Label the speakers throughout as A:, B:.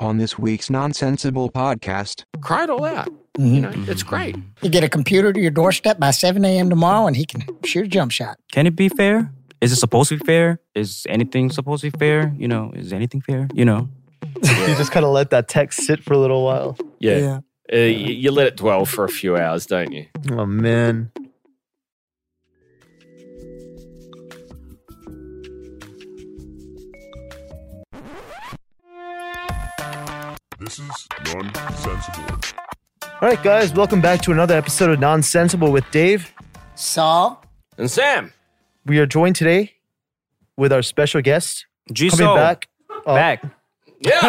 A: on this week's Nonsensible podcast.
B: Cried all out. You know,
C: Mm-hmm.
B: it's great.
C: You get a computer to your doorstep by 7 a.m. tomorrow and he can shoot a jump shot.
D: Can it be fair? Is it supposed to be fair? Is anything supposed to be fair? You know, is anything fair? You know,
E: you just kind of let that text sit for a little while.
B: Yeah. Uh, y- you, let it dwell for a few hours, don't you?
E: Oh man.
F: This is nonsensible.
E: All right, guys, welcome back to another episode of Nonsensible with Dave.
C: Saul,
B: And Sam,
E: We are joined today with our special guest
D: G
E: coming
D: Soul
E: back. Oh,
D: back.
B: yeah,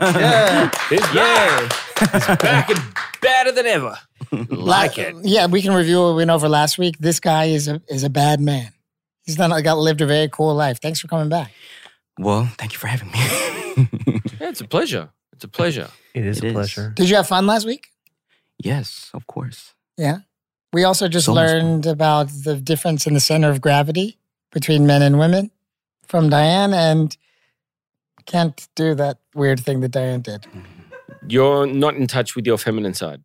E: Yeah.
B: he's back. He's back and better than ever. Like it.
C: Yeah, we can review what we went over last week. This guy is a is a bad man. He's done got lived a very cool life. Thanks for coming back.
D: Well, thank you for having me.
B: Yeah, it's a pleasure. It's a pleasure.
E: it is
D: It
E: a
D: is.
E: pleasure.
C: Did you have fun last week?
D: yes, of course.
C: We also just
D: So much fun.
C: learned about the difference in the center of gravity between men and women from Diane and can't do that weird thing that Diane did.
B: You're not in touch with your feminine side.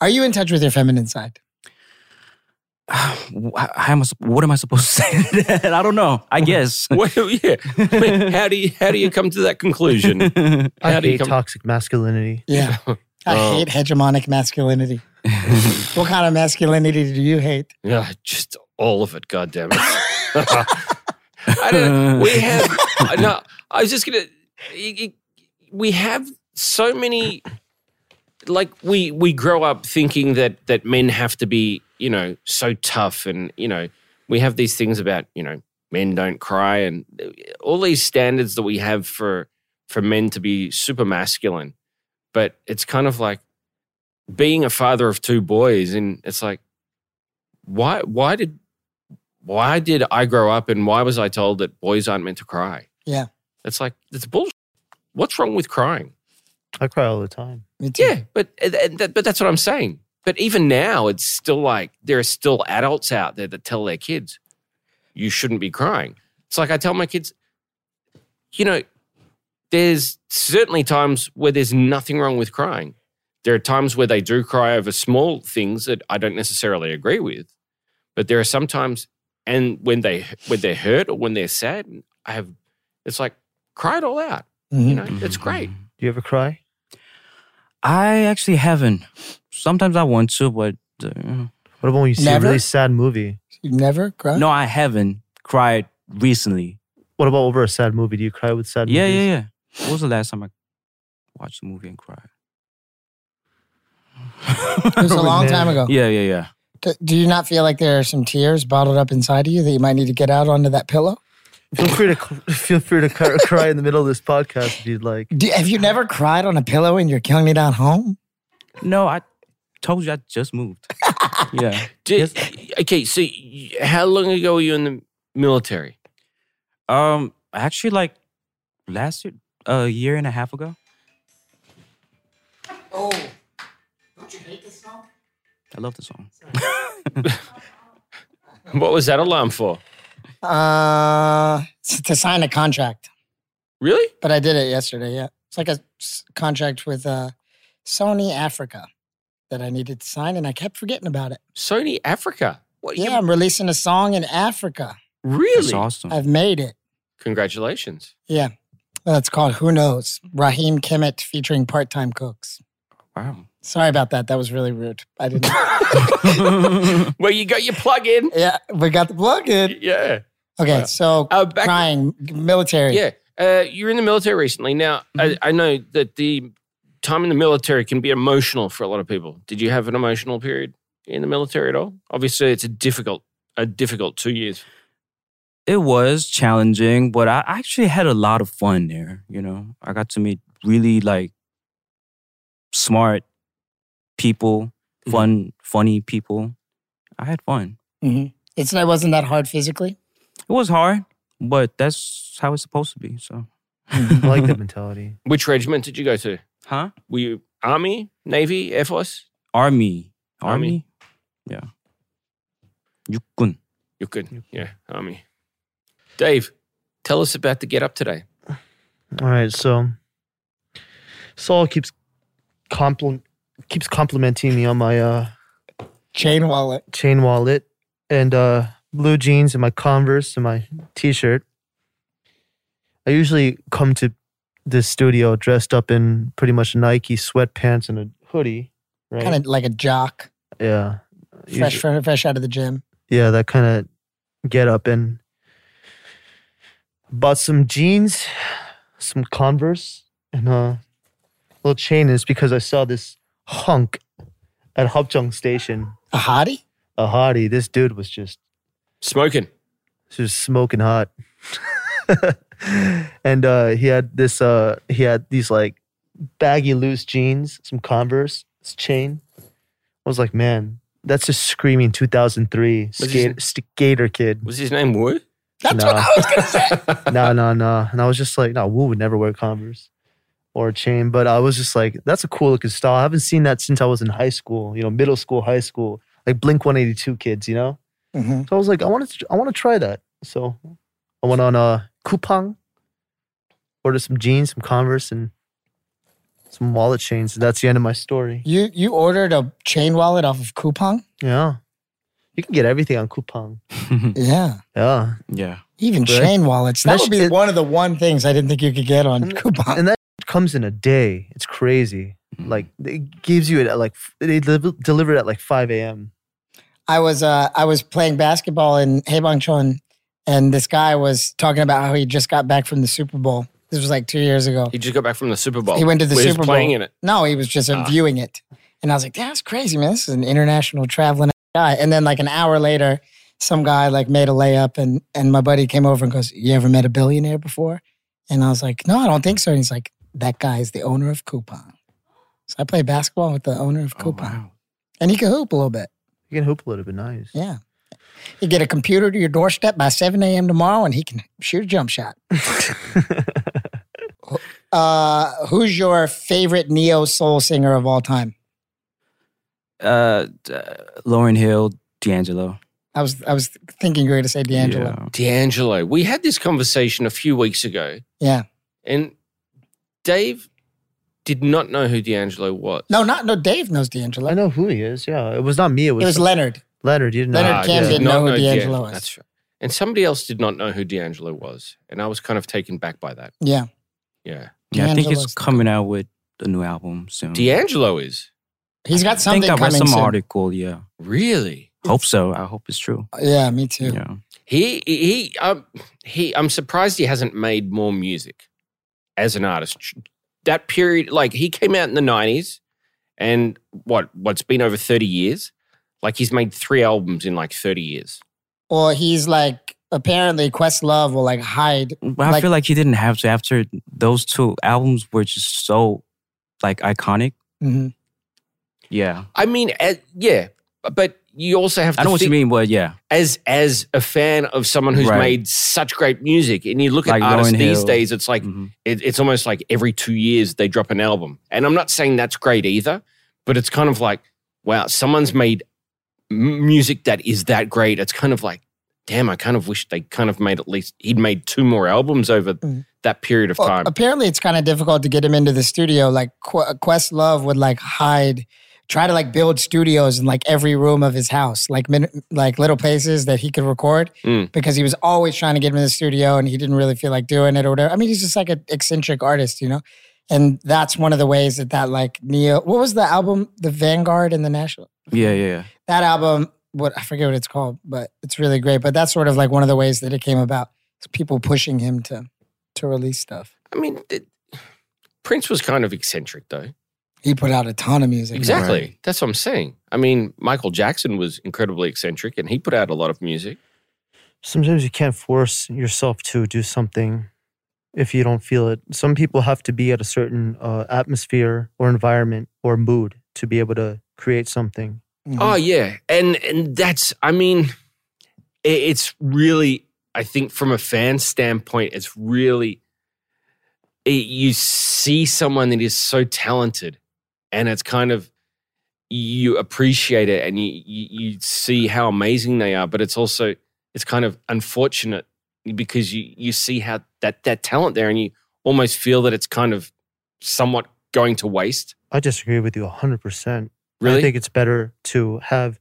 C: Are you in touch with your feminine side?
D: Wh- How am I, sup- what am I supposed to say? to that? I don't know. I guess.
B: well, yeah. I mean, how do you how do you come to that conclusion?
E: I
B: How do you
E: hate
B: come-
E: toxic masculinity.
C: Yeah. I
B: um,
C: hate hegemonic masculinity. what kind of masculinity do you hate?
B: Yeah, just all of it. God damn it. I don't. We have. No, I was just gonna. it- it- we have so many. Like we we grow up thinking that that men have to be you know so tough and you know we have these things about you know men don't cry and uh, all these standards that we have for for men to be super masculine, but it's kind of like being a father of two boys and it's like why why did why did I grow up and why was I told that boys aren't meant to cry?
C: Yeah.
B: It's like it's bullshit. What's wrong with crying?
E: I cry all the time.
C: Me too.
B: Yeah, but and that- but that's what I'm saying. But even now it's still like there are still adults out there that tell their kids you shouldn't be crying. It's like I tell my kids you know there's certainly times where there's nothing wrong with crying. There are times where they do cry over small things that I don't necessarily agree with, but there are sometimes, and when they when they're hurt or when they're sad, I have it's like cry it all out.
C: Mm-hmm.
B: You know,
D: Mm-hmm.
B: it's great.
E: Do you ever cry?
D: I actually haven't. Sometimes I want to, but uh, you know.
E: What about when you see
C: Never?
E: a really sad movie?
C: You never cry?
D: no, I haven't cried recently.
E: What about over a sad movie? Do you cry with sad
D: Yeah,
E: movies?
D: yeah, yeah. What was the last time I watched a movie and cried?
C: It was a long
E: Man.
C: time ago.
D: Yeah, yeah, yeah.
C: Do, do you not feel like there are some tears bottled up inside of you that you might need to get out onto that pillow?
E: Feel free to cl- feel free to cry, cry in the middle of this podcast if you'd like.
C: Do, have you never cried on a pillow in your Kyung down home?
D: No, I told you I just moved. yeah,
B: Did, Okay, so y- how long ago were you in the military?
D: Um, actually, like last year, a year and a half ago.
C: Oh, don't you hate this song?
D: I love the song.
B: What was that alarm for?
C: Uh, s- to sign a contract,
B: Really?
C: but I did it yesterday. Yeah, it's like a s- contract with uh, Sony Africa that I needed to sign, and I kept forgetting about it.
B: Sony Africa. What?
C: Yeah, I'm releasing a song in Africa.
D: It's
B: Really?
D: awesome.
C: I've made it.
B: Congratulations.
C: Yeah, that's called Who Knows? Raheem Kemet featuring Part Time Cooks.
D: wow.
C: Sorry about that. That was really rude. I didn't.
B: Well, you got your plug in.
C: yeah, we got the plug in.
B: Yeah.
C: Okay, so
B: Uh, back,
C: crying military.
B: Yeah. Uh, you're in the military recently. Now, I, I know that the time in the military can be emotional for a lot of people. Did you have an emotional period in the military at all? Obviously, it's a difficult, a difficult two years.
D: it was challenging, but I actually had a lot of fun there. You know, I got to meet really like smart people,
B: Mhm.
D: fun, funny people. I had fun.
C: Mhm. It's it wasn't that hard physically.
D: It was hard, but that's how it's supposed to be. So,
E: I like that mentality.
B: Which regiment did you go to?
D: huh?
B: Were you Army, Navy, Air Force?
D: Army,
B: Army.
D: army, yeah. 육군.
B: You're good. Yeah, Army. Dave, tell us about the get up today.
E: All right, so Saul keeps compliment keeps complimenting me on my uh,
C: Chain wallet.
E: chain wallet and uh, blue jeans and my Converse and my T-shirt. I usually come to this studio dressed up in pretty much Nike sweatpants and a hoodie, right?
C: Kind of like a jock.
E: yeah,
C: Fresh,
E: Usually-
C: fr- fresh out of the gym.
E: yeah, that kind of get up and bought some jeans, some Converse, and uh, a little chain is because I saw this hunk at Hopjong Station.
C: A hottie?
E: A hottie. This dude was just
B: Smoking.
E: just smoking hot. and uh, he had this uh, he had these like baggy loose jeans, some Converse, this chain. I was like, man, that's just screaming 2003
B: Was
E: skater, skater kid.
B: Was his name Wu?
C: That's
E: No.
C: what I was going to say.
E: no, no, no. And I was just like, no, Wu would never wear Converse or a chain. But I was just like, that's a cool looking style. I haven't seen that since I was in high school, you know, middle school, high school, like Blink 182 kids, you know?
C: Mhm.
E: So I was like, I want to, I want to try that. So I went on uh, Coupang, ordered some jeans, some Converse, and some wallet chains. And that's the end of my story.
C: You you ordered a chain wallet off of Coupon?
E: Yeah. You can get everything on Coupang.
C: Yeah.
E: Yeah.
D: yeah.
C: Even
E: Right.
C: chain wallets. That
E: That
C: would be
E: shit-
C: one of the one things I didn't think you could get on Coupon.
E: and that comes in a day. It's crazy.
C: Mm.
E: Like it gives you it at like f- they deliver deliver it at like five a.m.
C: I was uh, I was playing basketball in Haebangchon, and this guy was talking about how he just got back from the Super Bowl. This was like two years ago.
B: He just got back from the Super Bowl.
C: He went to the
B: where he was
C: Super Bowl.
B: playing in it.
C: No, he was just
D: Ah.
C: uh, viewing it, and I was like, "That's crazy, man! This is an international traveling guy." And then like an hour later, some guy like made a layup, and and my buddy came over and goes, "You ever met a billionaire before?" And I was like, "No, I don't think so." And he's like, "That guy is the owner of Coupon." So I played basketball with the owner of
D: Oh,
C: Coupon,
D: wow.
C: and he could hoop a little bit.
E: You can hoop a little bit nice.
C: Yeah. You get a computer to your doorstep by 7 a.m. tomorrow and he can shoot a jump shot. uh, who's your favorite neo soul singer of all time?
D: Uh, d- uh, Lauren Hill, D'Angelo.
C: I was I was thinking you were going to say D'Angelo.
D: Yeah.
B: D'Angelo. We had this conversation a few weeks ago,
C: Yeah.
B: and Dave did not know who D'Angelo was.
C: No, not no. Dave knows D'Angelo.
E: I know who he is. Yeah, it was not me. It
C: It
E: was,
C: was Leonard.
E: Leonard. You didn't
C: Leonard
E: know.
B: Ah,
C: Cam
B: yeah.
C: didn't
B: Not
C: know who
B: know
C: D'Angelo was.
B: That's right. And somebody else did not know who D'Angelo was, and I was kind of taken back by that.
C: Yeah.
B: Yeah,
D: Yeah, I think
C: D'Angelo's
D: it's
C: the-
D: coming out with a new album soon.
B: D'Angelo is
C: He's got
D: I think
C: something
D: I read
C: coming
D: some
C: soon.
D: article. Yeah,
B: really
D: hope so. I hope it's true.
C: Yeah, me too.
D: Yeah,
B: he he um he. I'm surprised he hasn't made more music as an artist. That period, like he came out in the '90s, and what what's been over 30 years. Like he's made three albums in like 30 years.
C: Or he's like apparently Questlove will like hide.
D: but I
C: Like-
D: feel like he didn't have to. After those two albums were just so like iconic.
C: Mhm.
D: Yeah,
B: I mean, eh, yeah, but you also have to
D: I know what you
B: think-
D: mean, but yeah,
B: as as a fan of someone who's
D: Right.
B: made such great music, and you look
D: Like
B: at artists
D: Lauryn
B: these
D: Hill.
B: days, it's like
D: Mhm.
B: it, it's almost like every two years they drop an album, and I'm not saying that's great either, but it's kind of like wow, someone's made m- music that is that great. It's kind of like damn, I kind of wish they kind of made at least he'd made two more albums over
C: Mm.
B: that period of
C: Well, uh,
B: time.
C: apparently, it's kind of difficult to get him into the studio. Like Qu- Quest Love would like hide, try to like build studios in like every room of his house, like min- like little places that he could record
B: Mm.
C: because he was always trying to get him in the studio and he didn't really feel like doing it or whatever. I mean, he's just like an eccentric artist, you know. And that's one of the ways that that like neo. What was the album? The Vanguard and the National
D: yeah, yeah, yeah.
C: that album what i forget what it's called but it's really great but that's sort of like one of the ways that it came about is people pushing him to to release stuff
B: I mean, it, Prince was kind of eccentric though.
C: he put out a ton of music
B: Exactly.
D: Right.
B: That's what I'm saying. I mean, Michael Jackson was incredibly eccentric and he put out a lot of music.
E: Sometimes you can't force yourself to do something if you don't feel it. Some people have to be at a certain uh, atmosphere or environment or mood to be able to create something.
C: Mhm.
E: Mm.
B: Oh yeah. And and that's I mean, i- it's really I think from a fan standpoint, it's really i you see someone that is so talented and it's kind of you appreciate it and you, you you see how amazing they are, but it's also it's kind of unfortunate because you you see how that that talent there and you almost feel that it's kind of somewhat going to waste.
E: I disagree with you 100%.
B: Really?
E: I think it's better to have,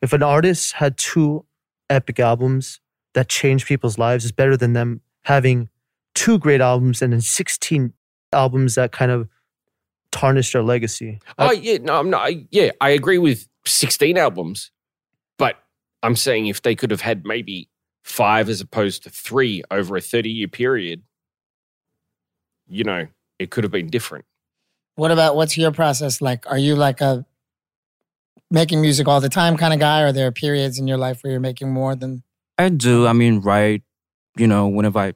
E: if an artist had two epic albums that changed people's lives, it's better than them having two great albums and then 16 albums that kind of tarnish their legacy.
B: oh yeah, no, I'm not. I, yeah, I agree with 16 albums, but I'm saying if they could have had maybe five as opposed to three over a 30 year period, you know, it could have been different.
C: What about what's your process like? Are you like a making music all the time kind of guy? Or are there periods in your life where you're making more than
D: I do. I mean, write, you know, whenever I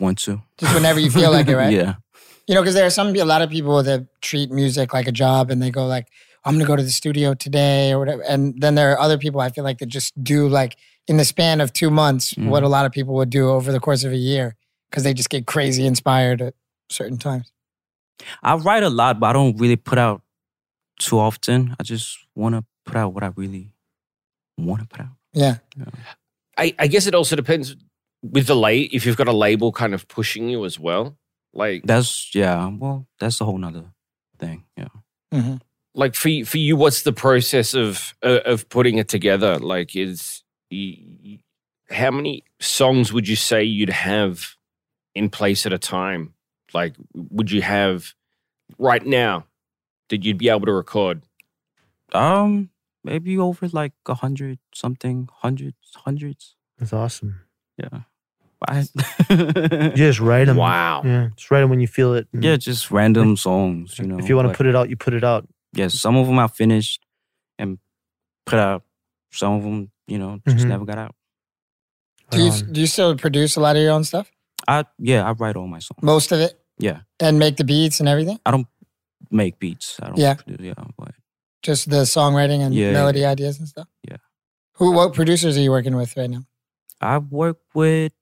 D: want to.
C: just whenever you feel like it, right?
D: yeah.
C: You know, because there are some a lot of people that treat music like a job, and they go like, "I'm gonna go to the studio today" or whatever. And then there are other people I feel like that just do like in the span of two months
D: Mhm.
C: what a lot of people would do over the course of a year because they just get crazy inspired at certain times.
D: I write a lot, but I don't really put out too often. I just want to put out what I really want to put out.
C: Yeah,
B: I, I guess it also depends with the lay if you've got a label kind of pushing you as well. Like
D: That's, yeah, well, that's a whole nother thing. Yeah.
C: hmm
B: like for you, for you, what's the process of uh, of putting it together? Like, is y- y- how many songs would you say you'd have in place at a time? Like, would you have right now that you'd be able to record?
D: Um, maybe over like a hundred something, hundreds, hundreds.
E: That's awesome.
D: Yeah. I,
E: You just write them.
B: Wow,
E: Yeah, just write them when you feel it. and
D: yeah, just random songs, you know.
E: if you want to
D: but-
E: put it out, you put it out.
D: yeah, some of them I finished and put out. Some of them, you know, just
E: Mhm.
D: never got out.
C: do you
E: Um,
C: do you still produce a lot of your own stuff?
D: I yeah, I write all my songs.
C: Most of it.
D: Yeah.
C: and make the beats and everything.
D: I don't make beats. I don't
C: Yeah.
D: produce. Yeah, but
C: Just the songwriting and
D: Yeah, yeah,
C: melody ideas and stuff.
D: Yeah.
C: Who? What producers are you working with right now?
D: I work with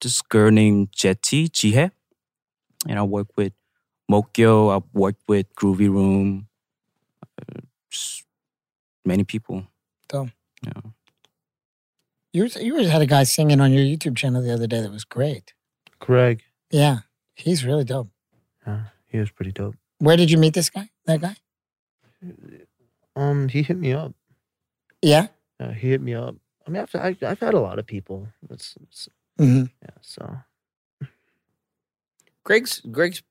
D: this girl named Jetty Jihe, and I work with Mokyo. I worked with Groovy Room. uh, s- many people.
C: Dope.
D: Yeah.
C: You you had a guy singing on your YouTube channel the other day that was great.
E: Greg,
C: Yeah, he's really dope.
E: yeah, he was pretty dope.
C: Where did you meet this guy? That guy?
E: Um, he hit me up.
C: Yeah.
E: Yeah, he hit me up. I mean, I've I, I've had a lot of people. That's that's-
C: hmm
E: yeah. So
B: Greg's Greg's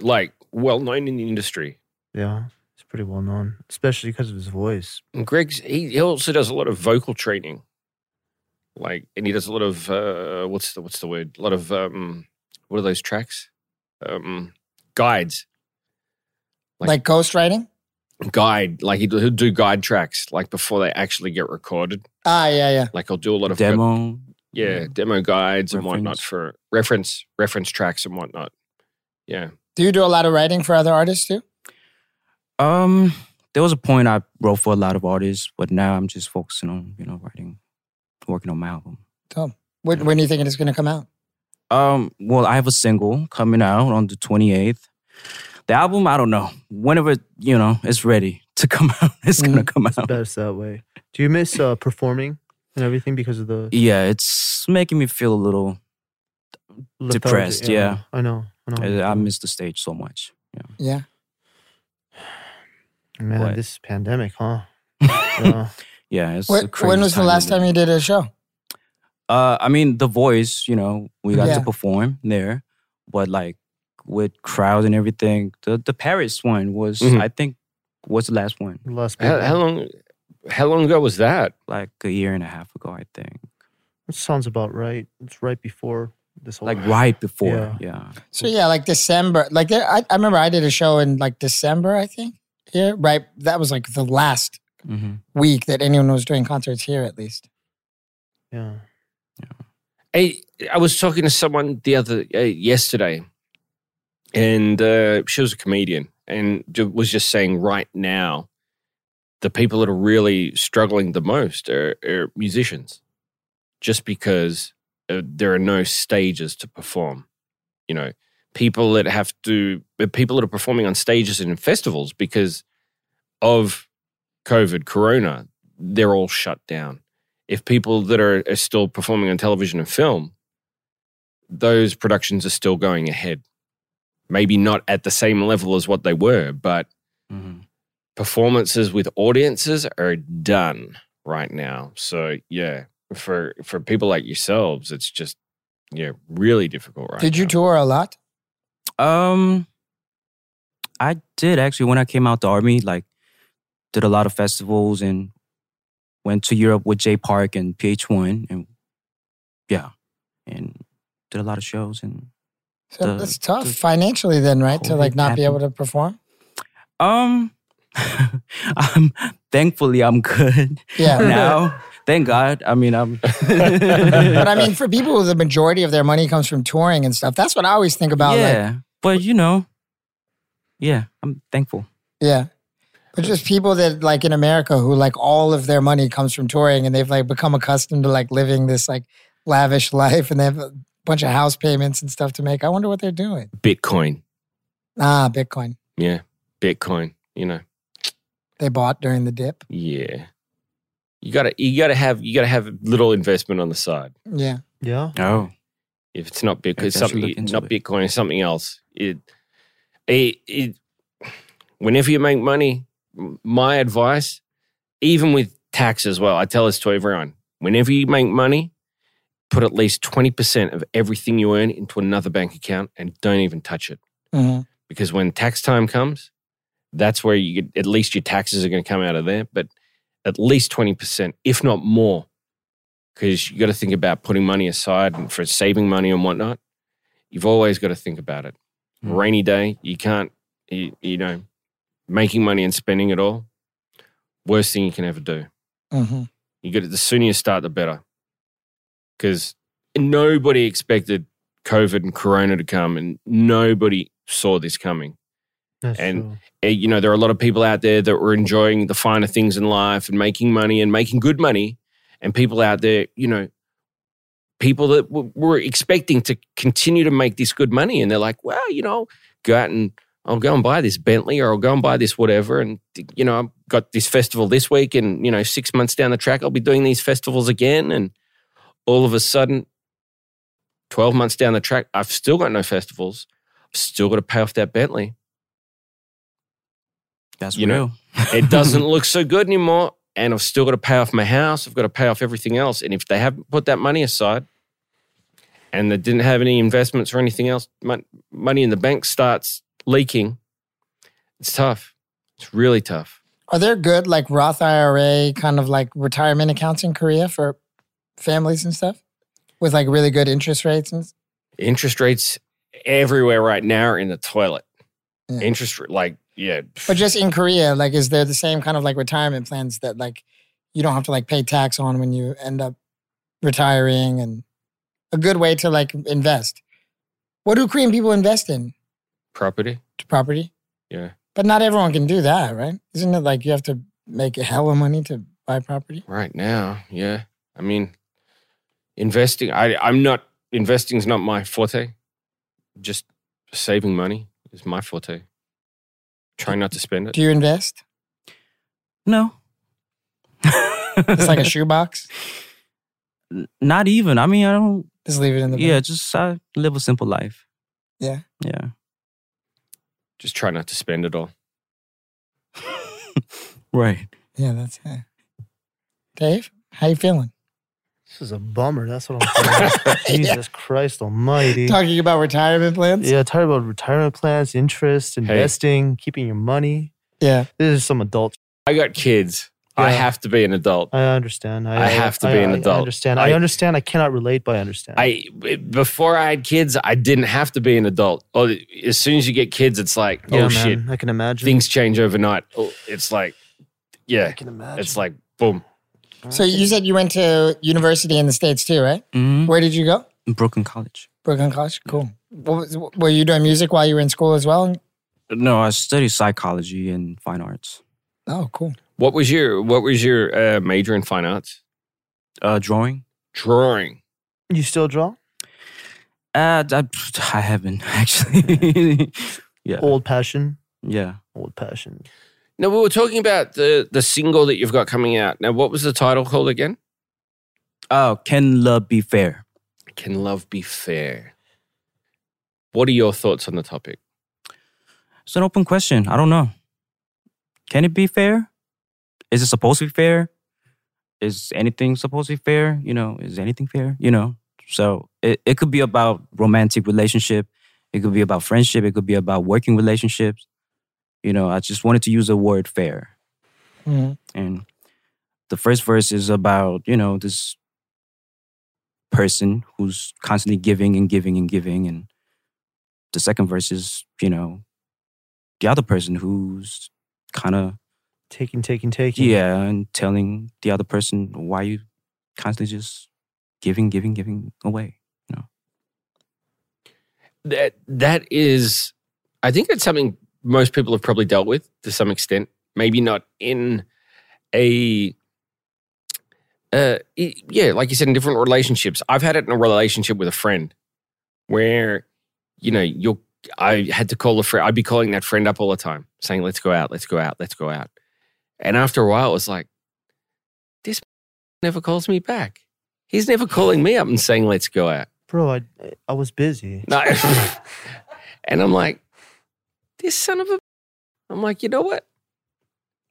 B: like well known in the industry.
E: yeah, he's pretty well known, especially because of his voice.
B: And Greg's he, he also does a lot of vocal training, like, and he does a lot of uh, what's the what's the word? A lot of um, what are those tracks? Um, guides, Like-
C: Like, ghostwriting?
B: guide. Like he'll, he'll do guide tracks, like before they actually get recorded.
C: Ah, yeah, yeah.
B: Like he'll do a lot of
D: Demo.
B: yeah, demo guides and whatnot
D: Reference.
B: for reference reference tracks and whatnot. Yeah,
C: Do you do a lot of writing for other artists too?
D: Um, there was a point I wrote for a lot of artists, but now I'm just focusing on you know writing, working on my album.
C: Dope. When, when do you think it's going to come out?
D: Um, well, I have a single coming out on the 28th. The album, I don't know. Whenever you know it's ready to come out, it's gonna come
E: It's
D: out.
E: best that way. Do you miss uh, performing and everything because of the
D: Yeah, it's making me feel a little.
E: lethargy?
D: Depressed, yeah.
E: I know. I know.
D: I miss the stage so much.
C: Yeah.
E: man
D: what?
E: this pandemic, huh?
D: Yeah,
E: Yeah.
D: yeah it's a
C: When,
D: crazy
C: when was the last
D: to live.
C: time you did a show?
D: Uh, I mean, The Voice, you know, we got
C: Yeah.
D: to perform there, but like with crowd and everything, the, the Paris one was,
B: Mhm.
D: I think, was the last one,
E: Last
B: how, how
E: pandemic.
B: long how long ago was that?
D: like a year and a half ago, I think,
E: That sounds about right. It's right before this whole
D: like right before.
E: Oh, Yeah.
D: yeah.
C: So yeah, like December. Like there, I, I remember I did a show in like December, I think. Here, right? That was like the last
D: Mm-hmm.
C: week that anyone was doing concerts here, at least.
E: Yeah.
B: I, I was talking to someone the other uh, yesterday, and uh, she was a comedian and ju- was just saying right now, the people that are really struggling the most are, are musicians, just because uh, there are no stages to perform. You know, people that have to uh, people that are performing on stages and in festivals because of COVID, Corona, they're all shut down if people that are, are still performing on television and film, those productions are still going ahead. maybe not at the same level as what they were, but
D: Mhm.
B: performances with audiences are done right now. So yeah, for for people like yourselves, it's just yeah, really difficult right
C: Did you
B: now.
C: tour a lot?
D: Um, I did actually when I came out the army, like did a lot of festivals and went to Europe with Jay Park and PH1 and yeah, and did a lot of shows and
C: So
D: The-
C: that's tough
D: the
C: financially, then, right? To like
D: COVID
C: not be able to
D: happened.
C: perform.
D: um, I'm thankfully I'm good
C: Yeah.
D: now. Thank God. I mean, I'm.
C: but I mean, for people who the majority of their money comes from touring and stuff, that's what I always think about. Like,
D: yeah, but you know, yeah, I'm thankful.
C: yeah. But just people that like in America who like all of their money comes from touring and they've like become accustomed to like living this like lavish life and they have a bunch of house payments and stuff to make. I wonder what they're doing.
B: Bitcoin?
C: Ah, Bitcoin.
B: Yeah, Bitcoin. You know,
C: They bought during the dip.
B: yeah. You gotta you gotta have you gotta have a little investment on the side.
C: Yeah.
E: Yeah.
D: Oh,
B: If it's not Bitcoin,
D: Yes, I should
B: something
D: look into
B: not
D: it.
B: Bitcoin, it's something else. It, it it whenever you make money, m- my advice, even with tax as well, I tell this to everyone. Whenever you make money, put at least 20% of everything you earn into another bank account and don't even touch it.
C: hmm
B: Because when tax time comes, that's where you get, at least your taxes are going to come out of there, but at least 20%, if not more. Because you got to think about putting money aside and for saving money and whatnot. You've always got to think about it.
D: Mm.
B: Rainy day, you can't, you, you know, making money and spending it all, worst thing you can ever do.
C: hmm
B: You get it. The sooner you start, the better. Because nobody expected COVID and Corona to come, and nobody saw this coming.
E: That's
B: And-
E: true.
B: Eh, You know, there are a lot of people out there that were enjoying the finer things in life and making money and making good money, and people out there, you know, people that w- were expecting to continue to make this good money, and they're like, well, you know, go out and I'll go and buy this Bentley or I'll go and buy this whatever. And, you know, I've got this festival this week and, you know, six months down the track, I'll be doing these festivals again. And all of a sudden, 12 months down the track, I've still got no festivals. I've still got to pay off that Bentley.
D: that's
B: You know,
D: real.
B: It doesn't look so good anymore. And I've still got to pay off my house. I've got to pay off everything else. And if they haven't put that money aside and they didn't have any investments or anything else, mon- money in the bank starts leaking. It's tough. It's really tough.
C: Are there good like Roth IRA kind of like retirement accounts in Korea for families and stuff with like really good interest rates? And
B: interest rates everywhere right now are in the toilet.
C: Yeah.
B: Interest Interest like yeah,
C: but just in Korea, like is there the same kind of like retirement plans that like you don't have to like pay tax on when you end up retiring and a good way to like invest? What do Korean people invest in?
B: property.
C: To property?
B: Yeah,
C: But not everyone can do that, right? Isn't it like you have to make a hell of money to buy property?
B: right now. Yeah, I mean, investing. I I'm not investing's not my forte. Just saving money is my forte. Try not to spend it.
C: Do you invest?
D: no,
C: It's like a shoebox.
D: not even. I mean, I don't.
C: Just leave it in the
D: Yeah, just I live a simple life.
C: Yeah.
D: Yeah.
B: Just try not to spend it all.
D: Right.
C: Yeah, that's it. Dave, how you feeling?
E: This is a bummer. That's what I'm saying. Jesus Christ Almighty.
C: Talking about retirement plans?
E: Yeah, tired about retirement plans, interest, investing, keeping your money.
C: Yeah.
E: This is some adult. sh-
B: I got kids. I
E: Yeah.
B: have to be an adult.
E: I understand. I,
B: I have to
E: I-
B: be an
E: I-
B: adult.
E: I understand. I,
B: I-
E: understand. I cannot relate, but I understand.
B: I before I had kids, I didn't have to be an adult. Oh, as soon as you get kids, it's like oh
E: yeah, man,
B: shit.
E: I can imagine.
B: things change overnight. Oh, It's like,
E: I
B: yeah,
E: can imagine.
B: it's like boom.
C: So you said you went to university in the States too, right?
D: Mm-hmm.
C: Where did you go?
D: Brooklyn College.
C: Brooklyn College? Cool. What was, were you doing music while you were in school as well?
D: No, I studied psychology and fine arts.
C: Oh, cool.
B: What was your what was your uh, major in fine arts?
D: Uh, drawing.
B: Drawing.
E: you still draw
D: Uh, I, I haven't actually. yeah.
E: old passion,
D: Yeah.
E: old passion.
B: No, we were talking about the the single that you've got coming out. Now, what was the title called again?
D: Oh, can love be fair?
B: Can love be fair? What are your thoughts on the topic?
D: It's an open question. I don't know. Can it be fair? Is it supposed to be fair? Is anything supposed to be fair? You know, is anything fair? You know, so it, it could be about romantic relationship. It could be about friendship. It could be about working relationships. You know, I just wanted to use the word fair.
C: Mm.
D: And the first verse is about, you know, this person who's constantly giving and giving and giving. And the second verse is, you know, the other person who's kind of,
E: Taking, taking, taking.
D: yeah, and telling the other person why you constantly just giving, giving, giving away.
B: that that is i think that's something most people have probably dealt with to some extent maybe not in a uh i- yeah like you said in different relationships i've had it in a relationship with a friend where you know you'll i had to call a friend i'd be calling that friend up all the time saying let's go out let's go out let's go out and after a while it was like this never calls me back he's never calling me up and saying let's go out
E: Bro, I, I was busy.
B: no. and I'm like, this son of a. I'm like, you know what?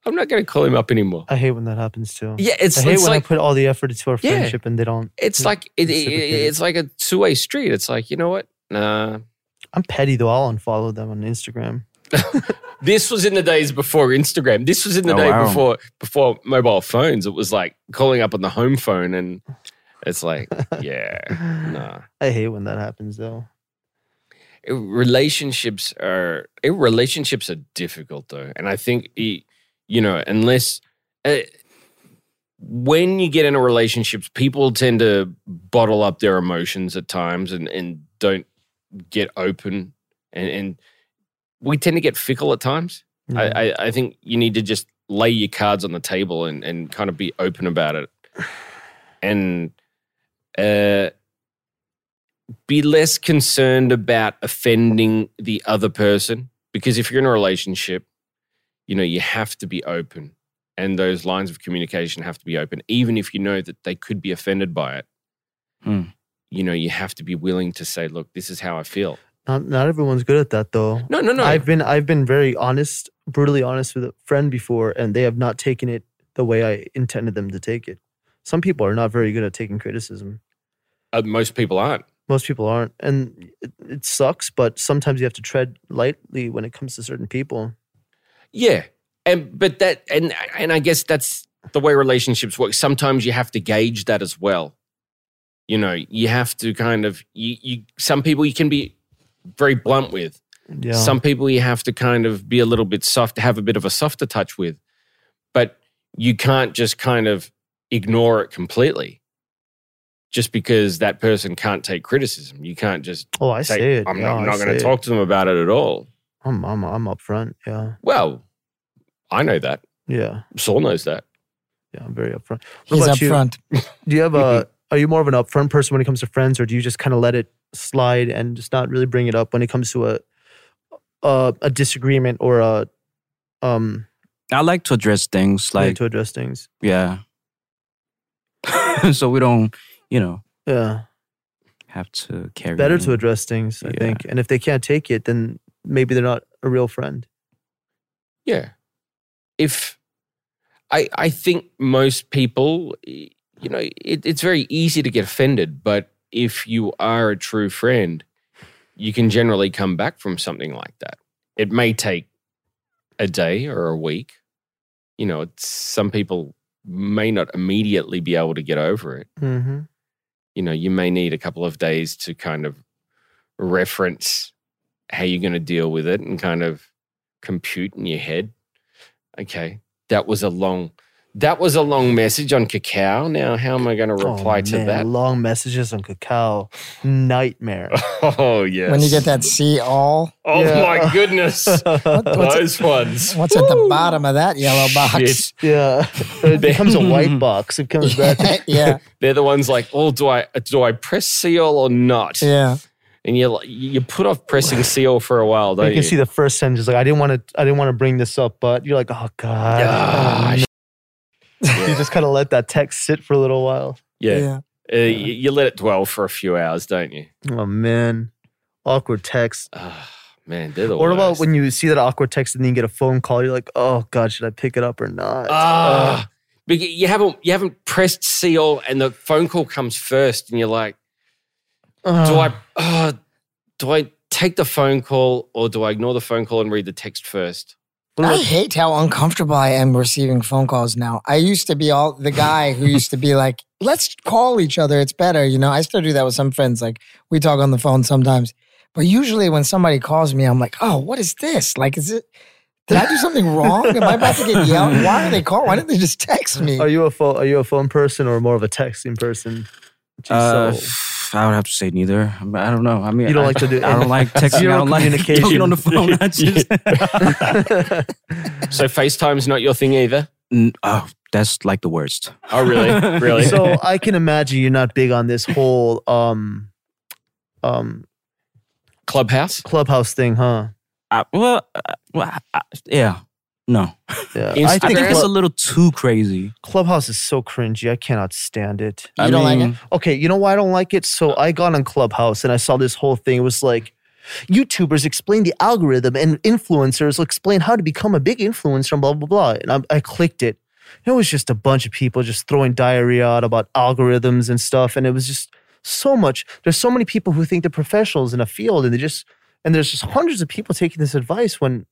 B: I'm not going to call him up anymore.
E: I hate when that happens too.
B: Yeah, it's,
E: Oh. I hate
B: it's
E: when
B: like
E: I put all the effort into our
B: Yeah.
E: friendship and they don't.
B: it's like it, it-
E: reciprocated.
B: it's like a two way street. It's like you know what? Nah.
E: I'm petty though. I'll unfollow them on Instagram.
B: This was in the days before Instagram. This was in the
D: Oh,
B: day
D: wow.
B: before before mobile phones. It was like calling up on the home phone, and it's like, yeah, nah.
E: I hate when that happens though.
B: It- relationships are it, relationships are difficult though and i think y- you know unless uh, when you get into relationships people tend to bottle up their emotions at times and and don't get open and and we tend to get fickle at times
E: Yeah.
B: I, I i think you need to just lay your cards on the table and and kind of be open about it and uh be less concerned about offending the other person because if you're in a relationship, you know, you have to be open and those lines of communication have to be open, even if you know that they could be offended by it.
D: Hmm.
B: You know, you have to be willing to say, look, this is how I feel.
E: not, not everyone's good at that though.
B: No, no, no.
E: I've been I've been very honest, brutally honest with a friend before, and they have not taken it the way I intended them to take it. Some people are not very good at taking criticism.
B: uh, most people aren't.
E: Most people aren't, and it, it sucks. But sometimes you have to tread lightly when it comes to certain people.
B: Yeah, and but that and and I guess that's the way relationships work. Sometimes you have to gauge that as well. You know, you have to kind of you. you some people you can be very blunt with.
E: Yeah,
B: Some people you have to kind of be a little bit soft, have a bit of a softer touch with. But you can't just kind of ignore it completely. Just because that person can't take criticism, you can't just
E: oh, I
B: say,
E: say it.
B: "I'm
E: yeah,
B: not,
E: I
B: I'm not going to
E: say it.
B: talk to them about it at all."
E: I'm I'm I'm upfront. Yeah,
B: Well, I know that.
E: yeah,
B: Saul knows that.
E: yeah. I'm very upfront. What
C: He's
E: about
C: up
E: you?
C: front.
E: Do you have
B: Mm-hmm.
E: a? Are you more of an upfront person when it comes to friends, or do you just kind of let it slide and just not really bring it up when it comes to a a, a disagreement or a um
D: I like to address things
E: way
D: like,
E: to address things?
D: yeah. so we don't, you know,
E: Yeah,
D: have to carry.
E: better to
B: Mm-hmm.
D: in.
E: address things, I
D: Yeah.
E: think. And if they can't take it, then maybe they're not a real friend.
B: Yeah. If I I think most people, y- you know, it, it's very easy to get offended, but if you are a true friend, you can generally come back from something like that. It may take a day or a week. You know, it's, some people may not immediately be able to get over it.
E: Mm-hmm.
B: You know, you may need a couple of days to kind of reference how you're going to deal with it and kind of compute in your head. Okay, that was a long, that was a long message on cacao. Now, how am I going to
C: Oh,
B: reply to that?
E: Oh, Long messages on cacao, nightmare.
B: Oh yes.
C: When you get that see all,
B: Oh
E: Yeah.
B: my goodness,
C: what's it-
B: those ones.
C: what's at the bottom of that yellow box?
B: Shit.
E: yeah, it becomes a white box. It comes back.
C: yeah,
B: They're the ones like, oh, do I do I press seal or not?
C: yeah.
B: And you like you put off pressing seal for a while, don't
E: You
B: you?
E: can see the first sentence. Like I didn't want to. I didn't want to bring this up, but you're like, oh god.
B: Ah,
E: Oh,
B: sh-
E: you just kind of let that text sit for a little while.
B: yeah.
C: yeah.
B: Uh, y- you, let it dwell for a few hours, don't you?
E: Oh man, awkward text.
B: Ah, Man, they're the
E: What
B: worst.
E: about when you see that awkward text and then you get a phone call? You're like, oh god, should I pick it up or not?
B: Ah, but you- you haven't you haven't pressed see all, and the phone call comes first, and you're like, do
E: Ah.
B: I uh, do I take the phone call or do I ignore the phone call and read the text first?
C: I hate how uncomfortable I am receiving phone calls now. I used to be all the guy who used to be like, let's call each other. It's better. You know, I still do that with some friends. Like, we talk on the phone sometimes. But usually when somebody calls me, I'm like, oh, what is this? Like, is it, did I do something wrong? Am I about to get yelled? Why are they calling? Why didn't they just text me?
E: Are you a phone? Are you a phone person or more of a texting person? Gee,
D: Uh,
E: so-
D: I would have to say neither. I mean, I don't know. I mean,
E: You don't
D: I,
E: like to do
D: I don't like texting.
E: Zero
D: I don't like talking
E: communication.
D: on the phone. I just,
B: So FaceTime's not your thing either.
D: N- oh, that's like the worst.
B: Oh, really? Really?
E: so I can imagine you're not big on this whole um, um,
B: Clubhouse,
E: clubhouse thing, huh?
D: I, well, uh, well I, yeah, no.
E: Yeah, I
D: I
E: think
D: think it's
E: Club-
D: a little too crazy.
E: clubhouse is so cringy. I cannot stand it.
C: You don't like it?
E: Okay, you know why I don't like it? So I got on Clubhouse and I saw this whole thing. It was like YouTubers explain the algorithm and influencers explain how to become a big influencer and blah blah blah. And I, I clicked it. It was just a bunch of people just throwing diarrhea out about algorithms and stuff. And it was just so much. There's so many people who think they're professionals in a field and they just and there's just hundreds of people taking this advice when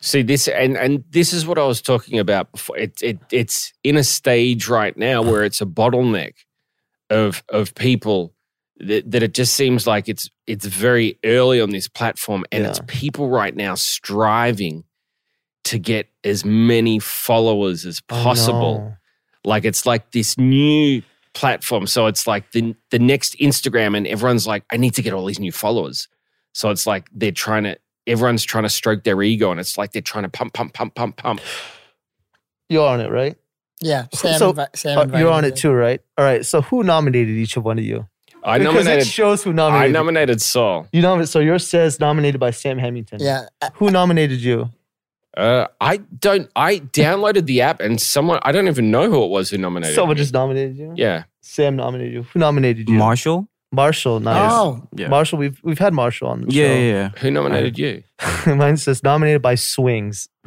B: See this, and and this is what I was talking about before. It, it it's in a stage right now where it's a bottleneck of of people that, that it just seems like it's it's very early on this platform, and it's
E: Yeah.
B: people right now striving to get as many followers as
E: oh,
B: possible.
E: no.
B: Like it's like this new platform. So it's like the the next Instagram, and everyone's like, I need to get all these new followers. So it's like they're trying to everyone's trying to stroke their ego, and it's like they're trying to pump, pump, pump, pump, pump.
E: You're on it, right?
C: Yeah. Sam,
E: So,
C: invi- Sam
E: Uh,
C: invited
E: you're on
C: me.
E: it too, right? All right. So who nominated each one of you?
B: I
E: because it
B: nominated.
E: shows who
B: I
E: nominated.
B: nominated Saul.
E: You nominated. So yours says nominated by Sam Hamilton.
C: Yeah. uh, I-
E: Who nominated you?
B: Uh, I don't. I downloaded the app, and someone I don't even know who it was who nominated.
E: Someone
B: me.
E: just nominated you.
B: yeah.
E: Sam nominated you. Who nominated you?
D: Marshall?
E: Marshall. Nice.
C: Oh,
D: Yeah.
E: Marshall. We've we've had Marshall on the
D: Yeah,
E: show.
D: yeah, yeah.
B: Who nominated you?
E: yeah. Mine says nominated by Swings.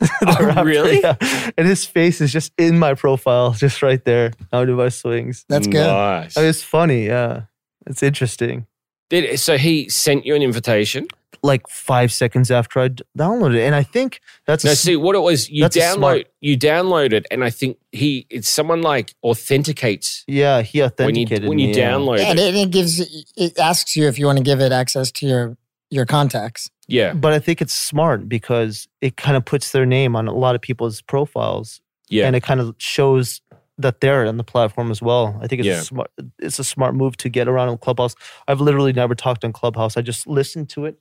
E: The
B: Oh,
E: rapper,
B: really?
E: Yeah. And his face is just in my profile, just right there. Nominated by Swings.
C: that's good.
B: Nice.
E: I mean, it's funny. Yeah. It's interesting.
B: Did, so he sent you an invitation.
E: Like five seconds after I d- downloaded it, and I think that's a
B: No,
E: s-
B: see what it was. You
E: that's a
B: download,
E: smart-
B: you download it, and I think he it's someone like authenticates
E: yeah. He
B: when you
E: authenticated
B: when you
E: me, yeah.
B: download
C: And
B: it.
C: it, it gives, it asks you if you want to give it access to your, your contacts.
B: Yeah,
E: But I think it's smart because it kind of puts their name on a lot of people's profiles
B: yeah.
E: and it kind of shows that they're on the platform as well. I think it's
B: Yeah.
E: a smart it's a smart move to get around on Clubhouse. I've literally never talked on Clubhouse. I just listened to it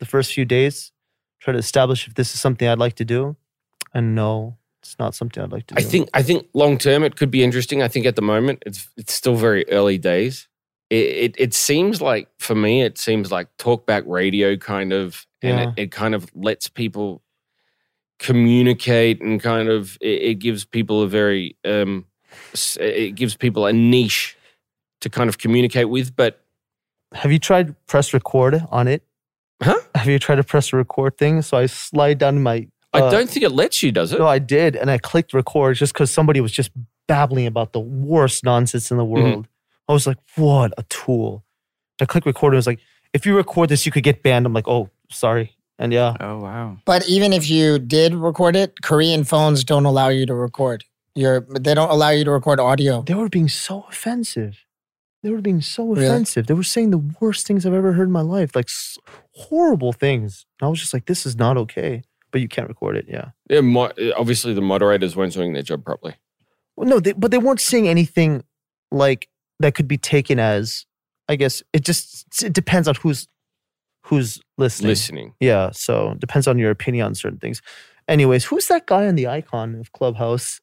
E: the first few days, try to establish if this is something I'd like to do. And no, it's not something I'd like to
B: I
E: do.
B: think I think long term it could be interesting. I think at the moment it's it's still very early days. It it, it seems like for me it seems like talkback radio kind of, and it, it kind of lets people communicate and kind of it, it gives people a very um s- it gives people a niche to kind of communicate with, but
E: Have you tried press record on it?
B: Huh?
E: Have you tried to press a record thing? So I slide down my
B: I
E: uh,
B: don't think it lets you, does it?
E: No, I did, and I clicked record just because somebody was just babbling about the worst nonsense in the world. I was like, "What a tool!" I clicked record, and it was like, "If you record this, you could get banned." I'm like, "Oh, sorry," and yeah,
D: Oh, wow.
C: But even if you did record it, Korean phones don't allow you to record. Your they don't allow you to record audio.
E: they were being so offensive. They were being so
C: Really?
E: offensive. They were saying the worst things I've ever heard in my life, like s- horrible things. And I was just like, "This is not okay." But you can't record it. Yeah.
B: Yeah, mo- uh, obviously the moderators weren't doing their job properly.
E: Well, no, they, but they weren't saying anything like that could be taken as. I guess it just it depends on who's who's listening.
B: Listening.
E: Yeah, so it depends on your opinion on certain things. Anyways, who's that guy on the icon of Clubhouse?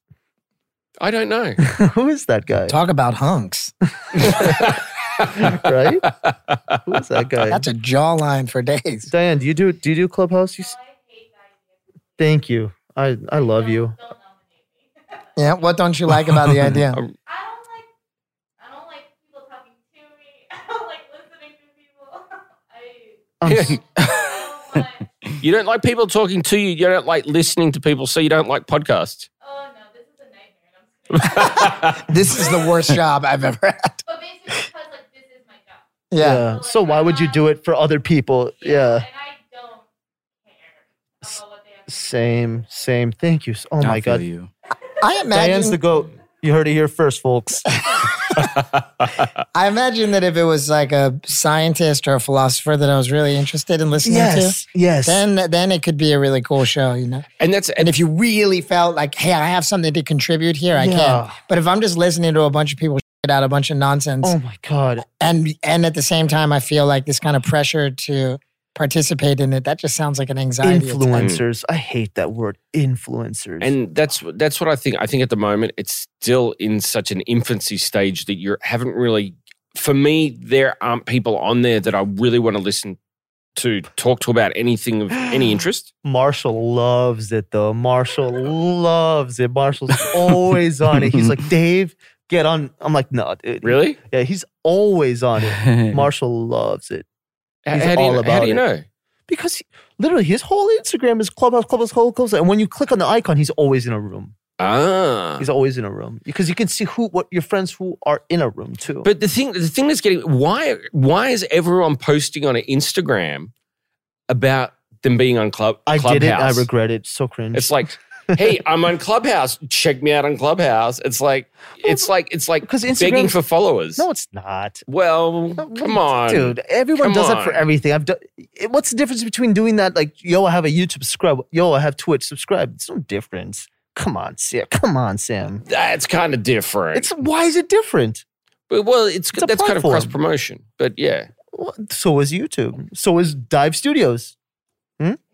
B: I don't know.
E: Who is that guy?
C: Talk about hunks.
E: Right? Who is that guy?
C: That's a jawline for days.
E: Diane, do you do do you do Clubhouse? You s- Thank you. I I love you.
C: Yeah. What don't you like about the idea?
G: I don't like I don't like people talking to me. I don't like listening to people. I
E: I'm s-
G: I don't What?
B: You don't like people talking to you. You don't like listening to people, so you don't like podcasts.
G: Oh no, this is a nightmare. and I'm scared.
C: This is the worst job I've ever had.
G: but basically, because like this is my job.
C: Yeah.
E: So why would you do it for other people? Yeah.
G: And I don't care about what they have. to say.
E: Same, same. Thank you. so- Oh
D: I
E: my
D: feel
E: God.
D: You.
C: I
E: Diane's
C: imagine.
E: the goat. You heard it here first, folks.
C: I imagine that if it was like a scientist or a philosopher that I was really interested in listening
E: Yes.
C: to, then then it could be a really cool show, you know.
B: And that's and
C: And if you really felt like, hey, I have something to contribute here, I
E: Yeah.
C: can. But if I'm just listening to a bunch of people shit out a bunch of nonsense,
E: oh my God.
C: and and at the same time, I feel like this kind of pressure to participate in it. That just sounds like an anxiety. attack.
E: Influencers. I hate that word. Influencers.
B: and that's that's what I think. I think at the moment it's still in such an infancy stage that you haven't really. For me, there aren't people on there that I really want to listen to talk to about anything of any interest.
E: Marshall loves it though. Marshall loves it. Marshall's always on it. He's like, Dave, get on. I'm like, no, dude.
B: Really?
E: Yeah, he's always on it. Marshall loves it. He's
B: how do you,
E: all
B: how
E: about
B: do you
E: it.
B: know?
E: Because he- literally his whole Instagram is clubhouse, clubhouse, clubhouse, clubhouse. And when you click on the icon, he's always in a room.
B: Ah,
E: He's always in a room. Because you can see who what your friends who are in a room too.
B: But the thing, the thing that's getting why why is everyone posting on Instagram about them being on Club
E: I
B: Clubhouse?
E: did it. I regret it. So cringe.
B: It's like, hey, I'm on Clubhouse. Check me out on Clubhouse. It's like, it's like, it's like
E: 'Cause
B: begging
E: Instagram's-
B: for followers.
E: no, it's not.
B: well,
E: No, what
B: come
E: do you-
B: on,
E: dude. Everyone
B: Come
E: does that for
B: on.
E: everything. I've done. it- What's the difference between doing that? Like, yo, I have a YouTube subscribe. Yo, I have Twitch subscribe. It's no difference. Come on, Sam. Come on, Sam.
B: That's kind of different.
E: It's why is it different?
B: but, well, it's,
E: it's a
B: that's kind of
E: platform.
B: cross promotion. But yeah,
E: What? So is YouTube. So is Dive Studios.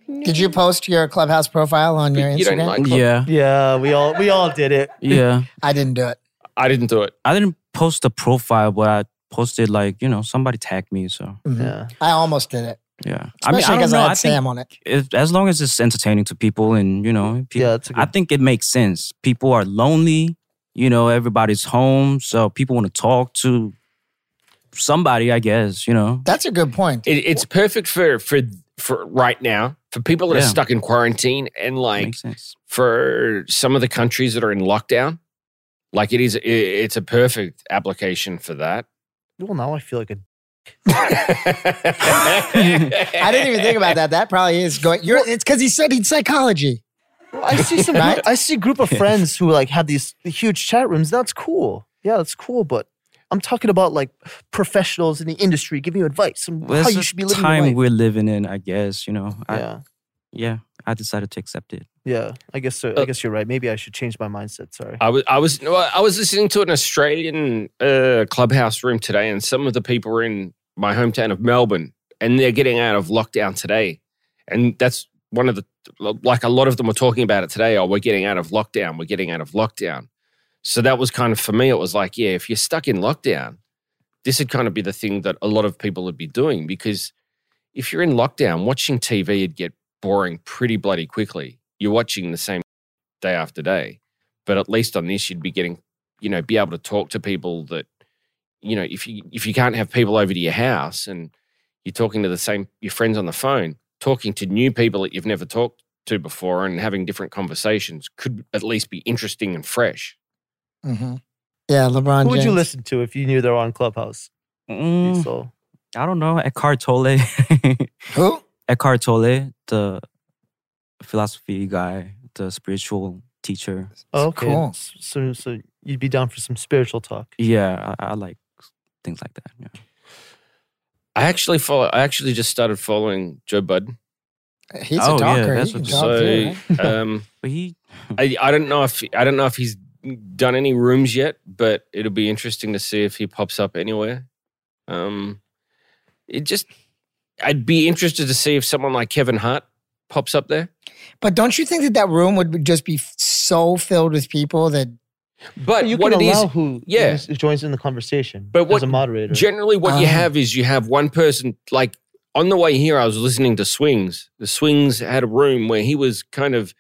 C: Did you post your clubhouse profile on your
B: But you don't
C: Instagram?
B: like- Club-
D: yeah,
E: Yeah, we all we all did it.
D: yeah.
C: I didn't do it.
B: I didn't do it.
D: I didn't post a profile, but I posted like you know somebody tagged me. So
C: Mhm.
E: Yeah.
C: I almost did it,
D: yeah,
C: especially
D: I mean I don't
C: because I,
D: know.
C: had
D: I think
C: Sam on it.
D: if, as long as it's entertaining to people and you know, people,
E: Yeah, that's a good.
D: I think it makes sense. People are lonely. You know, everybody's home, so people want to talk to somebody. I guess you know.
C: That's a good point.
B: it it's perfect for for for right now for people that are
D: Yeah.
B: stuck in quarantine and like
D: makes sense.
B: for some of the countries that are in lockdown. Like it is, i- it's a perfect application for that.
E: well, now I feel like a.
C: I didn't even think about that. That probably is going. You're, it's because he studied psychology.
E: I see some.
C: Right?
E: I see a group of friends who like have these huge chat rooms. That's cool. Yeah, that's cool. But I'm talking about like professionals in the industry giving you advice on
D: Well,
E: how
D: it's
E: you
D: the
E: should be living your
D: time
E: life.
D: we're living in. I guess you know. I, yeah.
E: yeah,
D: I decided to accept it.
E: yeah. I guess so.
B: Uh,
E: I guess you're right. Maybe I should change my mindset. Sorry.
B: I was I was no, I was listening to an Australian uh, clubhouse room today, and some of the people were in my hometown of Melbourne, and they're getting out of lockdown today, and that's one of the like a lot of them were talking about it today. Oh, we're getting out of lockdown. We're getting out of lockdown. So that was kind of for me. It was like, yeah, if you're stuck in lockdown, this would kind of be the thing that a lot of people would be doing because if you're in lockdown, watching TV would get boring pretty bloody quickly. You're watching the same day after day but at least on this you'd be getting you know be able to talk to people that you know if you if you can't have people over to your house and you're talking to the same your friends on the phone talking to new people that you've never talked to before and having different conversations could at least be interesting and fresh
C: hmm Yeah, LeBron.
E: Who would you
C: James.
E: listen to if you knew they're on Clubhouse?
D: Mm,
E: So
D: I don't know. Eckhart Tolle.
C: Who?
D: Eckhart Tolle, the philosophy guy, the spiritual teacher.
E: oh,
C: cool.
E: S- So so you'd be down for some spiritual talk.
D: Yeah, I, I like things like that. Yeah.
B: i actually follow i actually just started following joe budden
C: He's
D: Oh,
C: a
D: yeah,
C: talker.
D: that's
C: he can
D: what-
C: talk too,
B: so
C: right?
B: um
D: But he,
B: I, I don't know if i don't know if he's done any rooms yet but it'll be interesting to see if he pops up anywhere Um, it just, I'd be interested to see if someone like Kevin Hart pops up there.
C: But don't you think that that room would just be f- so filled with people that?
B: But
E: you
B: what
E: can
B: it is,
E: allow who
B: yeah.
E: is- who joins in the conversation.
B: But what
E: as a moderator?
B: generally what you
E: Uh-huh.
C: Ah.
B: have is you have one person, like on the way here, I was listening to Swings. The Swings had a room where he was kind of,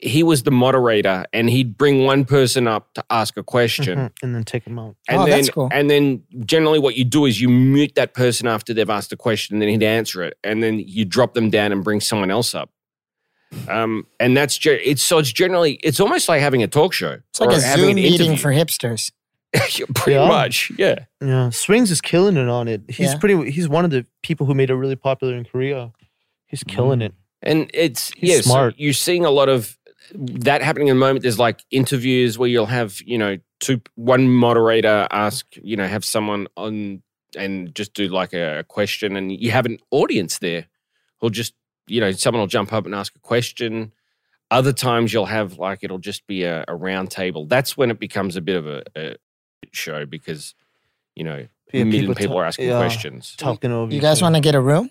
B: he was the moderator and he'd bring one person up to ask a question.
E: Mhm. And then take them out.
B: And
C: Oh,
B: then,
C: that's cool.
B: And then generally what you do is you mute that person after they've asked a question and then he'd answer it. And then you drop them down and bring someone else up. Um, and that's ge- it's so it's generally it's almost like having a talk show.
C: It's like
B: or
C: a
B: having
C: Zoom
B: an
C: meeting
B: interview.
C: for hipsters.
B: Yeah, pretty
E: Yeah.
B: much. Yeah.
E: Yeah, Swings is killing it on it. He's
C: Yeah.
E: pretty. He's one of the people who made it really popular in Korea. He's
B: Mm.
E: killing it.
B: And it's
E: He's
B: yeah, so
E: smart.
B: you're seeing a lot of that happening in the moment. There's like interviews where you'll have, you know, two one moderator ask, you know, have someone on and just do like a question and you have an audience there who'll just, you know, someone will jump up and ask a question. Other times you'll have like it'll just be a, a round table. That's when it becomes a bit of a, a show because, you know, a
E: Yeah,
B: million people,
E: ta-
B: are asking
E: yeah,
B: questions.
E: Talking over
C: You guys want to get a room?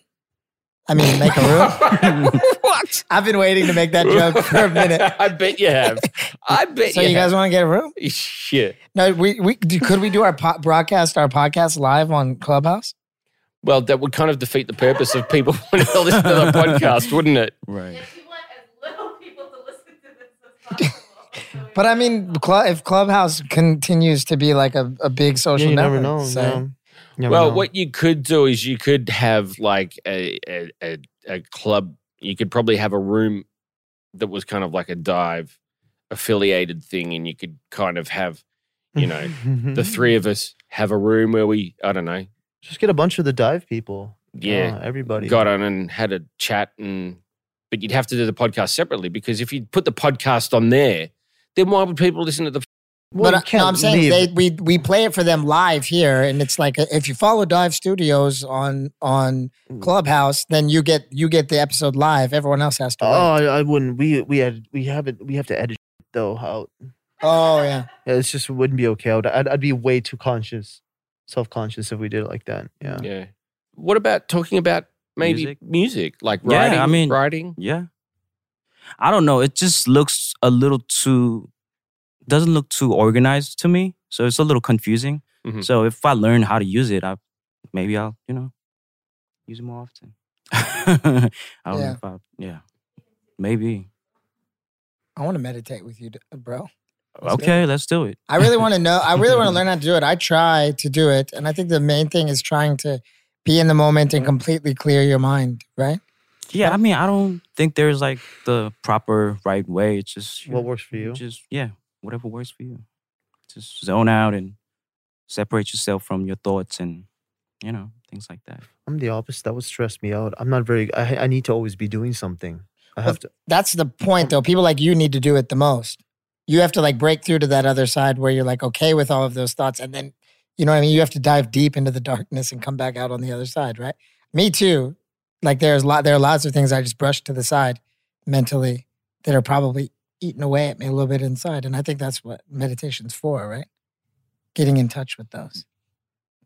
C: I mean, make a room.
B: what?
C: I've been waiting to make that joke for a minute.
B: I bet you have. I bet
C: So
B: you,
C: you guys want to get a room?
B: guys. Shit.
C: No, we, we do, could we do our po- broadcast our podcast live on Clubhouse?
B: Well, that would kind of defeat the purpose of people wanting to listen to the podcast, wouldn't it?
D: Right.
G: If you want as little people to listen to this as possible.
C: But I mean, cl- if Clubhouse continues to be like a, a big
E: Yeah,
C: social
E: you never
C: network,
E: know.
C: so-
E: yeah. Never
B: well,
E: know.
B: what you could do is you could have like a, a, a, a club, you could probably have a room that was kind of like a dive affiliated thing, and you could kind of have, you know, the
C: Mm.
B: three of us have a room where we, I don't know,
E: Just get a bunch of the dive people.
B: yeah,
E: Ah, everybody.
B: got on and had a chat and but you'd have to do the podcast separately because if you put the podcast on there then why would people listen to the
C: but
E: Well, you
C: I- no,
E: can't
C: I'm saying
E: leave.
C: they, we we play it for them live here, and it's like if you follow Dive Studios on on
E: Mm.
C: Clubhouse, then you get you get the episode live. Everyone else has to.
E: Oh,
C: wait.
E: I, I wouldn't. We we had we haven't. We have to edit though. Out.
C: Oh yeah,
E: Yeah, It's just wouldn't be okay. I would, I'd, I'd be way too conscious, self conscious if we did it like that. Yeah.
B: yeah what about talking about maybe music,
D: Music?
B: like
D: Yeah,
B: writing
D: I mean-
B: writing
D: Yeah. I don't know. It just looks a little too doesn't look too organized to me. So it's a little confusing.
B: Mhm.
D: So if I learn how to use it, I maybe I'll, you know, use it more often. I don't
C: Yeah.
D: know if I yeah. Maybe.
C: I want to meditate with you, d- bro. Let's do
D: okay, let's do it.
C: I really want to know. I really want to learn how to do it. I try to do it, and I think the main thing is trying to be in the moment and completely clear your mind. Right?
D: Yeah, I mean, I don't think there's like the proper right way. It's just you
E: What
D: know,
E: works for you?
D: Just yeah, whatever works for you. Just zone out and separate yourself from your thoughts and you know things like that.
E: I'm the opposite. That would stress me out. I'm not very. I I need to always be doing something. I have to.
C: That's the point, though. People like you need to do it the most. You have to like break through to that other side where you're like okay with all of those thoughts, and then you know what I mean. You have to dive deep into the darkness and come back out on the other side. Right? Me too. Like there's lot there are lots of things I just brush to the side mentally that are probably eating away at me a little bit inside, and I think that's what meditation's for, right? Getting in touch with those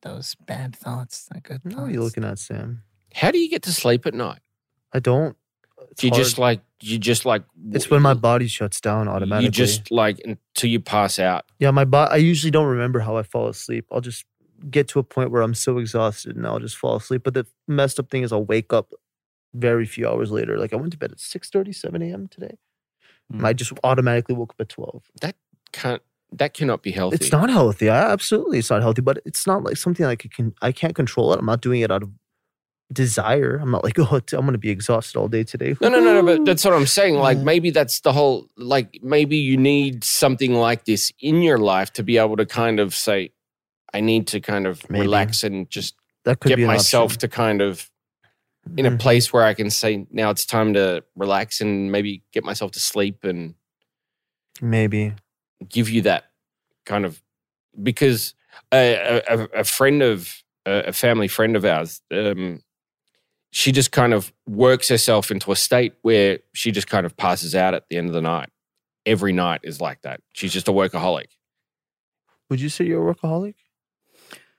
C: those bad thoughts, the good
E: What
C: thoughts.
E: are you looking at, Sam?
B: how do you get to sleep at night
E: I don't. It's
B: do you just
E: hard.
B: like you just like
E: It's when my body shuts down automatically.
B: you just like until you pass out
E: yeah, my body. I usually don't remember how I fall asleep. I'll just get to a point where I'm so exhausted and I'll just fall asleep. But the messed up thing is, I'll wake up very few hours later. Like I went to bed at 6:30, 7 a.m. today,
B: Hmm.
E: and I just automatically woke up at 12.
B: can't that cannot be healthy
E: It's not healthy. I, absolutely, it's not healthy. But it's not like something like it can. I can't control it. I'm not doing it out of desire. I'm not like, oh, t- I'm going to be exhausted all day today.
B: No, no, no, no. But that's what I'm saying. Like,
C: Yeah.
B: maybe that's the whole. Like, maybe you need something like this in your life to be able to kind of say, "I need to kind of
E: Maybe.
B: relax and just
E: that could
B: get
E: be an
B: myself
E: option.
B: to kind of in a
E: Mhm.
B: place where I can say, now it's time to relax and maybe get myself to sleep and
E: maybe.
B: give you that kind of because a, a, a- a friend of a a family friend of ours um, she just kind of works herself into a state where she just kind of passes out at the end of the night every night is like that she's just a workaholic
E: Would you say you're a workaholic?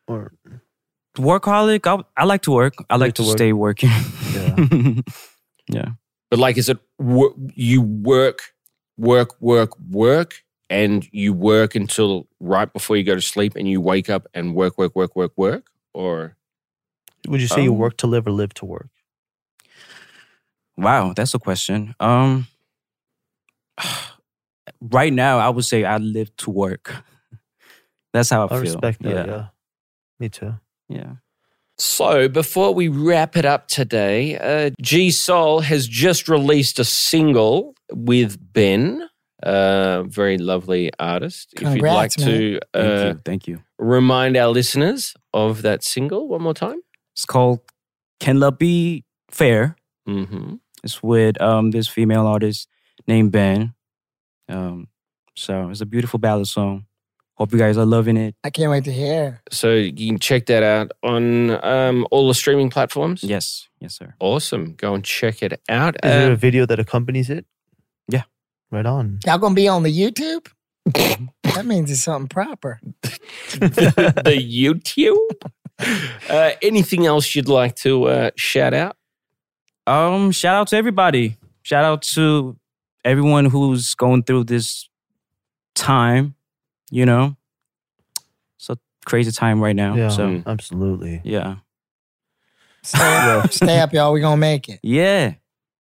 E: Or
D: Workaholic. I, I like to work. I like, to,
E: to work.
D: stay working.
E: Yeah.
B: but like is it wo- you work work work work and you work until right before you go to sleep and you wake up and work work work work work or
E: would you say you
D: Um,
E: work to live or live to work?
D: wow, that's a question. Um, right now, I would say I live to work. That's how I,
E: I
D: feel.
E: respect that. Yeah. Me too.
D: yeah,
B: So, before we wrap it up today, uh, G Soul has just released a single with Ben, uh, very lovely artist. if you'd like
C: Congrats,
B: to
D: Thank
B: uh,
D: you. Thank you.
B: remind our listeners of that single one more time.
D: It's called Can Love Be Fair.
B: hmm
D: It's with um this female artist named Ben. Um, so it's a beautiful ballad song. Hope you guys are loving it.
C: I can't wait to hear.
B: So, you can check that out on um, all the streaming platforms.
D: Yes, yes, sir.
B: Awesome. Go and check it out.
E: Is there
B: Uh,
E: a video that accompanies it?
D: Yeah.
E: Right on.
C: Y'all gonna be on the YouTube? that means it's something proper.
B: the, the YouTube. Uh, anything else you'd like to uh, shout out?
D: Um, shout out to everybody. Shout out to everyone who's going through this time. You know, it's a crazy time right now.
E: Yeah,
D: So
B: Mm.
E: absolutely.
D: yeah,
C: Stay,
E: Yeah.
C: stay up, y'all. We gonna make it.
D: yeah.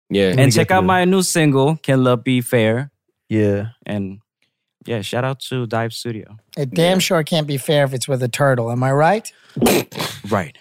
B: Yeah.
E: Let me
D: And
E: get
D: check out
E: the-
D: my new single, "Can Love Be Fair,"
E: Yeah.
D: and yeah, shout out to Dive Studio.
C: It damn sure can't be fair if it's with a turtle. Am I right?
D: Right.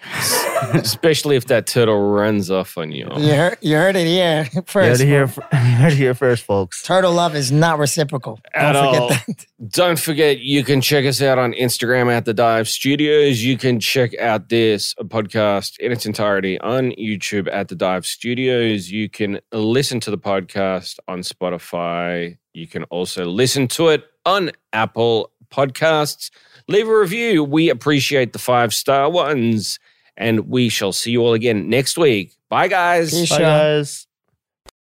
B: Especially if that turtle runs off on you.
C: You heard, you heard it here
E: You heard
C: first.
E: it here, f- you heard it here first, folks.
C: Turtle love is not reciprocal.
B: At
C: Don't forget
B: all.
C: that.
B: Don't forget, you can check us out on Instagram at The Dive Studios. You can check out this podcast in its entirety on YouTube at The Dive Studios. You can listen to the podcast on Spotify. You can also listen to it on Apple Podcasts. Leave a review. We appreciate the five star ones. And we shall see you all again next week. Bye, guys.
C: Peace.
E: Bye,
C: Sure.
E: guys.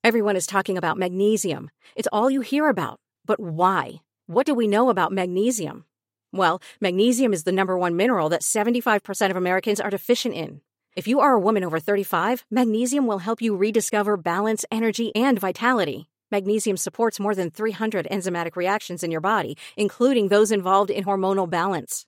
H: Everyone is talking about magnesium. It's all you hear about. But why? What do we know about magnesium? Well, magnesium is the number one mineral that 75% of Americans are deficient in. If you are a woman over 35, magnesium will help you rediscover balance, energy, and vitality. Magnesium supports more than 300 enzymatic reactions in your body, including those involved in hormonal balance.